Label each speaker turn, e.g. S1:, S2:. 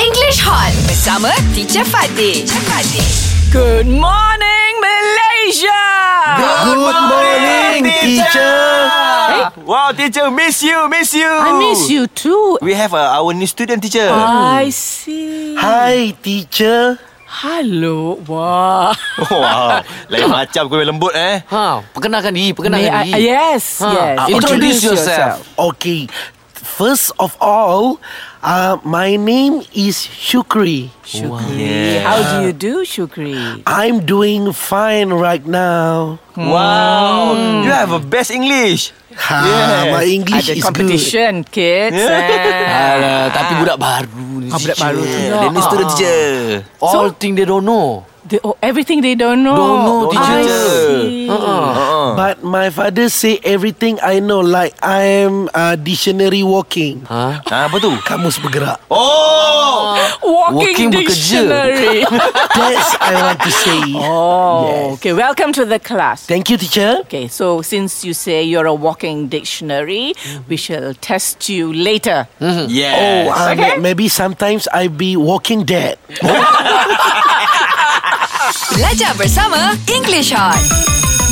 S1: English Hot bersama Teacher Fatih. Teacher Fatih. Good morning Malaysia.
S2: Good morning, teacher.
S3: Wow, teacher, miss you, miss you.
S4: Eh? I miss you too.
S3: We have uh, our new student teacher.
S4: I see.
S2: Hi, teacher.
S4: Hello. Wah.
S3: wow, lain macam kau lembut eh.
S5: Ha, perkenalkan diri,
S4: May
S5: perkenalkan
S4: I,
S5: diri.
S4: Uh, yes,
S5: Ah,
S4: yes.
S5: ah, introduce yourself.
S2: Okay. First of all, uh, my name is Shukri.
S4: Shukri. How do you do, Shukri?
S2: I'm doing fine right now.
S3: Wow, you have a best English.
S2: Ha,
S3: Yes.
S2: My English
S4: Ada
S2: is good. Uh,
S4: competition, kids. eh.
S5: Alah, tapi budak baru ni.
S4: Ah, budak
S5: teacher.
S4: baru tu.
S3: Yeah, the new student teacher.
S5: All thing they don't know.
S4: They, oh, everything they don't know.
S5: Don't know,
S4: I
S5: teacher.
S4: see.
S2: Uh-uh. But my father say everything I know like I am uh, dictionary walking.
S5: Ha?
S3: Ah, apa tu?
S2: Kamus bergerak.
S3: Oh,
S5: Walking
S4: Walking,
S5: bekerja.
S4: dictionary.
S2: That's I want to say.
S4: oh, okay. Welcome to the class.
S2: Thank you, teacher.
S4: Okay, so since you say you're a walking dictionary, we shall test you later.
S3: yes.
S2: Oh, uh, ma-
S4: Okay.
S2: maybe sometimes I be walking dead.
S1: Belajar bersama English Hot.